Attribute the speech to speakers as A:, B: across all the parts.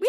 A: We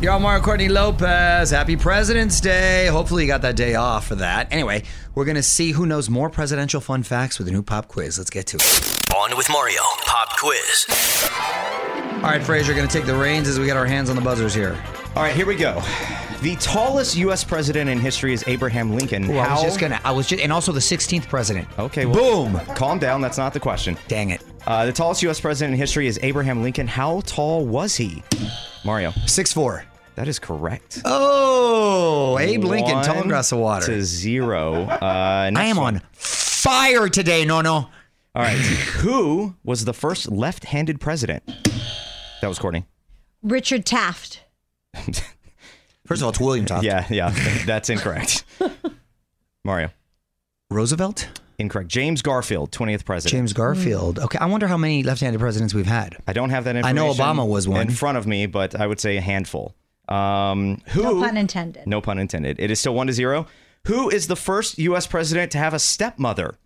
B: Y'all, Mario Courtney Lopez. Happy President's Day. Hopefully, you got that day off for that. Anyway, we're going to see who knows more presidential fun facts with a new pop quiz. Let's get to it.
C: On with Mario, pop quiz.
B: All right, Fraser, going to take the reins as we get our hands on the buzzers here.
D: All right, here we go. The tallest U.S. president in history is Abraham Lincoln.
B: Ooh, I was just gonna. I was just, and also the 16th president.
D: Okay,
B: well, boom.
D: Calm down. That's not the question.
B: Dang it.
D: Uh, the tallest U.S. president in history is Abraham Lincoln. How tall was he? Mario.
B: Six four.
D: That is correct.
B: Oh, Abe Lincoln,
D: One
B: telling us of water.
D: To zero. Uh,
B: I am on fire today, no no.
D: All right. Who was the first left-handed president? That was Courtney.
E: Richard Taft.
B: First of all, it's William Taft.
D: Yeah, yeah. That's incorrect. Mario.
B: Roosevelt?
D: Incorrect. James Garfield, 20th president.
B: James Garfield. Okay, I wonder how many left-handed presidents we've had.
D: I don't have that
B: I
D: information.
B: know Obama was one.
D: in front of me, but I would say a handful. Um, who?
E: No pun intended.
D: No pun intended. It is still one to zero. Who is the first U.S. president to have a stepmother?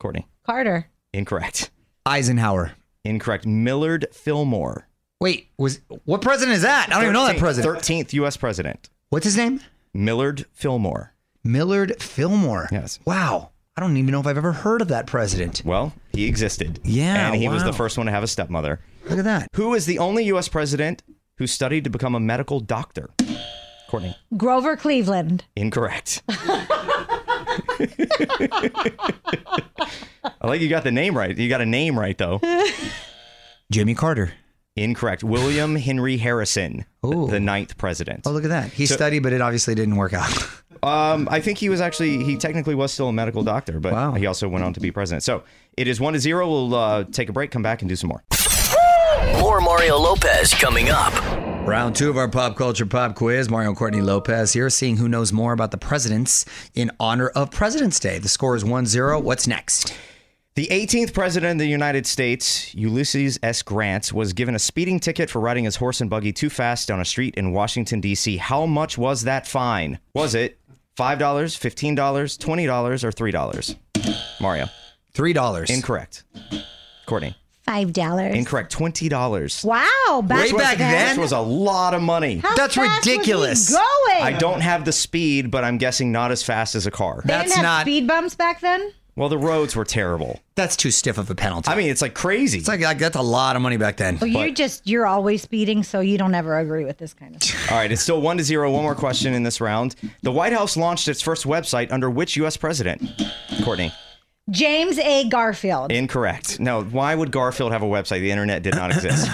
D: Courtney.
E: Carter.
D: Incorrect.
B: Eisenhower.
D: Incorrect. Millard Fillmore.
B: Wait, was what president is that? I don't even know that president.
D: Thirteenth U.S. president.
B: What's his name?
D: Millard Fillmore.
B: Millard Fillmore.
D: Yes.
B: Wow. I don't even know if I've ever heard of that president.
D: Well, he existed.
B: Yeah,
D: And he was
B: wow.
D: the first one to have a stepmother.
B: Look at that.
D: Who is the only U.S. president who studied to become a medical doctor? Courtney.
E: Grover Cleveland.
D: Incorrect. I like you got the name right. You got a name right, though.
B: Jimmy Carter.
D: Incorrect. William Henry Harrison,
B: Ooh.
D: the, the ninth president.
B: Oh, look at that. He
D: So-
B: studied, but it obviously didn't work out.
D: Um, I think he was actually he technically was still a medical doctor, but
B: Wow.
D: he also went on to be president. So it is one to zero. We'll uh, take a break, come back, and do some more.
C: More Mario Lopez coming up.
B: Round two of our pop culture pop quiz. Mario Courtney Lopez here, seeing who knows more about the presidents in honor of President's Day. The score is 1 0. What's next?
D: The 18th president of the United States, Ulysses S. Grant, was given a speeding ticket for riding his horse and buggy too fast down a street in Washington D.C. How much was that fine? Was it five dollars, fifteen dollars, twenty dollars, or three dollars? Mario,
B: $3.
D: incorrect. Courtney,
E: Five dollars.
D: incorrect. Twenty dollars.
E: wow. Back
B: Way back
D: This
B: then?
D: was a lot of money.
E: How
B: That's
E: fast was he
B: ridiculous.
E: going.
D: I don't have the speed, but I'm guessing not as fast as a car.
E: They
B: That's
E: didn't have
B: not-
E: speed bumps back then.
D: Well, the roads were terrible.
B: That's too stiff of a penalty.
D: I mean, it's like crazy.
B: it's like, like that's a lot of money back then.
E: Well, you're
D: But-
E: just you're always speeding, so you don't ever agree with this kind of. stuff.
D: All right, it's still one to zero. One more question in this round. The White House launched its first website under which U.S. president? Courtney,
E: James A. Garfield.
D: incorrect. No, why would Garfield have a website? The internet did not exist.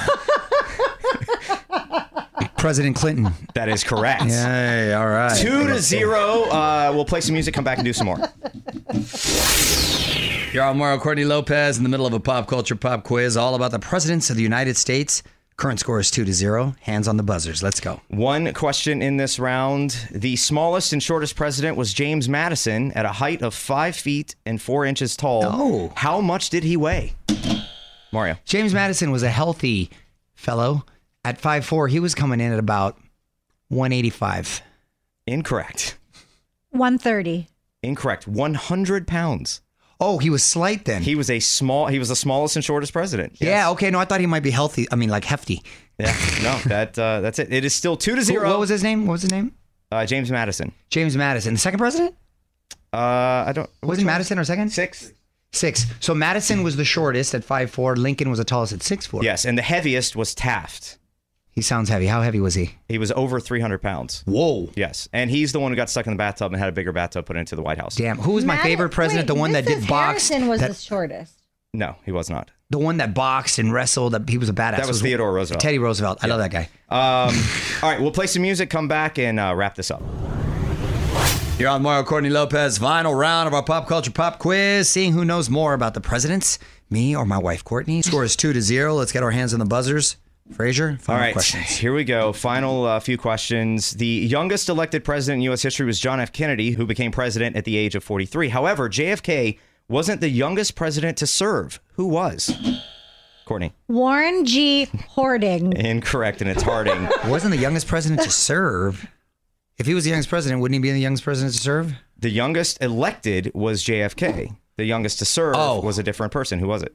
B: President Clinton.
D: that is correct.
B: Hey, all right.
D: Two to zero. Uh, we'll play some music. Come back and do some more.
B: You're on Mario Courtney Lopez in the middle of a pop culture pop quiz all about the presidents of the United States Current score is two to zero. Hands on the buzzers. Let's go.
D: One question in this round. The smallest and shortest president was James Madison at a height of five feet and four inches tall.
B: Oh.
D: How much did he weigh? Mario.
B: James Madison was a healthy fellow. At 5'4, he was coming in at about 185.
D: Incorrect.
E: 130.
D: Incorrect. 100 pounds.
B: Oh, he was slight then.
D: He was a small. He was the smallest and shortest president.
B: Yeah, okay. No, I thought he might be healthy. I mean, like hefty.
D: Yeah. No. That. Uh, that's it. It is still two to
B: Who-
D: zero.
B: What was his name? What was his name?
D: uh, James Madison?
B: James Madison. The second president?
D: Uh, I don't.
B: Was it Madison or second?
D: Six.
B: Six. So Madison was the shortest at 5'4. Lincoln was the tallest at 6'4.
D: Yes, and the heaviest was Taft.
B: He sounds heavy. How heavy was he?
D: He was over 300 pounds.
B: Whoa.
D: Yes, and he's the one who got stuck in the bathtub and had a bigger bathtub put into the White House.
B: Damn. Who was my
E: Madi-
B: favorite president?
E: wait,
B: the one that
E: Mrs.
B: did box.
E: Harrison was
B: that-
E: the shortest.
D: No, he was not.
B: the one that boxed and wrestled. That he was a badass.
D: That was Theodore Roosevelt.
B: Teddy Roosevelt. I love that guy.
D: Um, All right, we'll play some music, come back, and uh, wrap this up.
B: You're on Mario Courtney Lopez. Final round of our pop culture pop quiz. Seeing who knows more about the presidents, me or my wife Courtney. Score is two to zero. Let's get our hands on the buzzers. Frazier,
D: All
B: final
D: right,
B: questions.
D: here we go. Final uh, few questions. The youngest elected president in U.S. history was John F. Kennedy, who became president at the age of 43. However, JFK wasn't the youngest president to serve. Who was? Courtney.
E: Warren G. Hoarding.
D: Incorrect, and it's Harding.
B: Wasn't the youngest president to serve? If he was the youngest president, wouldn't he be the youngest president to serve?
D: the youngest elected was JFK. The youngest to serve
B: Oh.
D: was a different person. Who was it?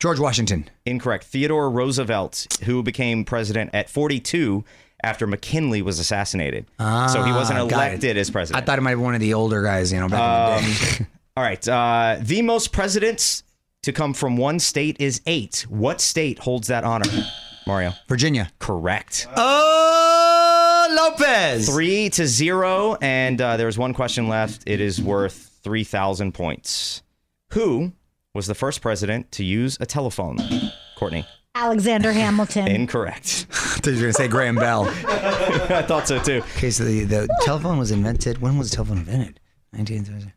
B: George Washington.
D: Incorrect. Theodore Roosevelt, who became president at 42 after McKinley was assassinated. so he wasn't
B: Ah, got it.
D: elected as
B: I
D: president. Oh.
B: thought it might be one of the older guys, you know, back in the day.
D: All right. Uh, the most presidents to come from one state is eight. What state holds that honor? Mario.
B: Virginia.
D: Correct.
B: Oh, Lopez.
D: Three to zero. And uh, there's one question left. It is worth 3,000 points. Who was the first president to use a telephone? Courtney.
E: Alexander Hamilton.
D: Incorrect.
B: I was going to say Graham Bell.
D: I thought so too.
B: Okay, so the, the telephone was invented. When was the telephone invented? 1930.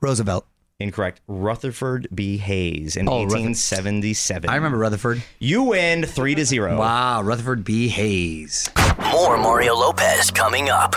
B: Roosevelt.
D: Incorrect. Rutherford B. Hayes in
B: Oh, Rutherford.
D: 1877.
B: I remember Rutherford.
D: You win three to zero.
B: Wow, Rutherford B. Hayes.
C: More Mario Lopez coming up.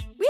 A: We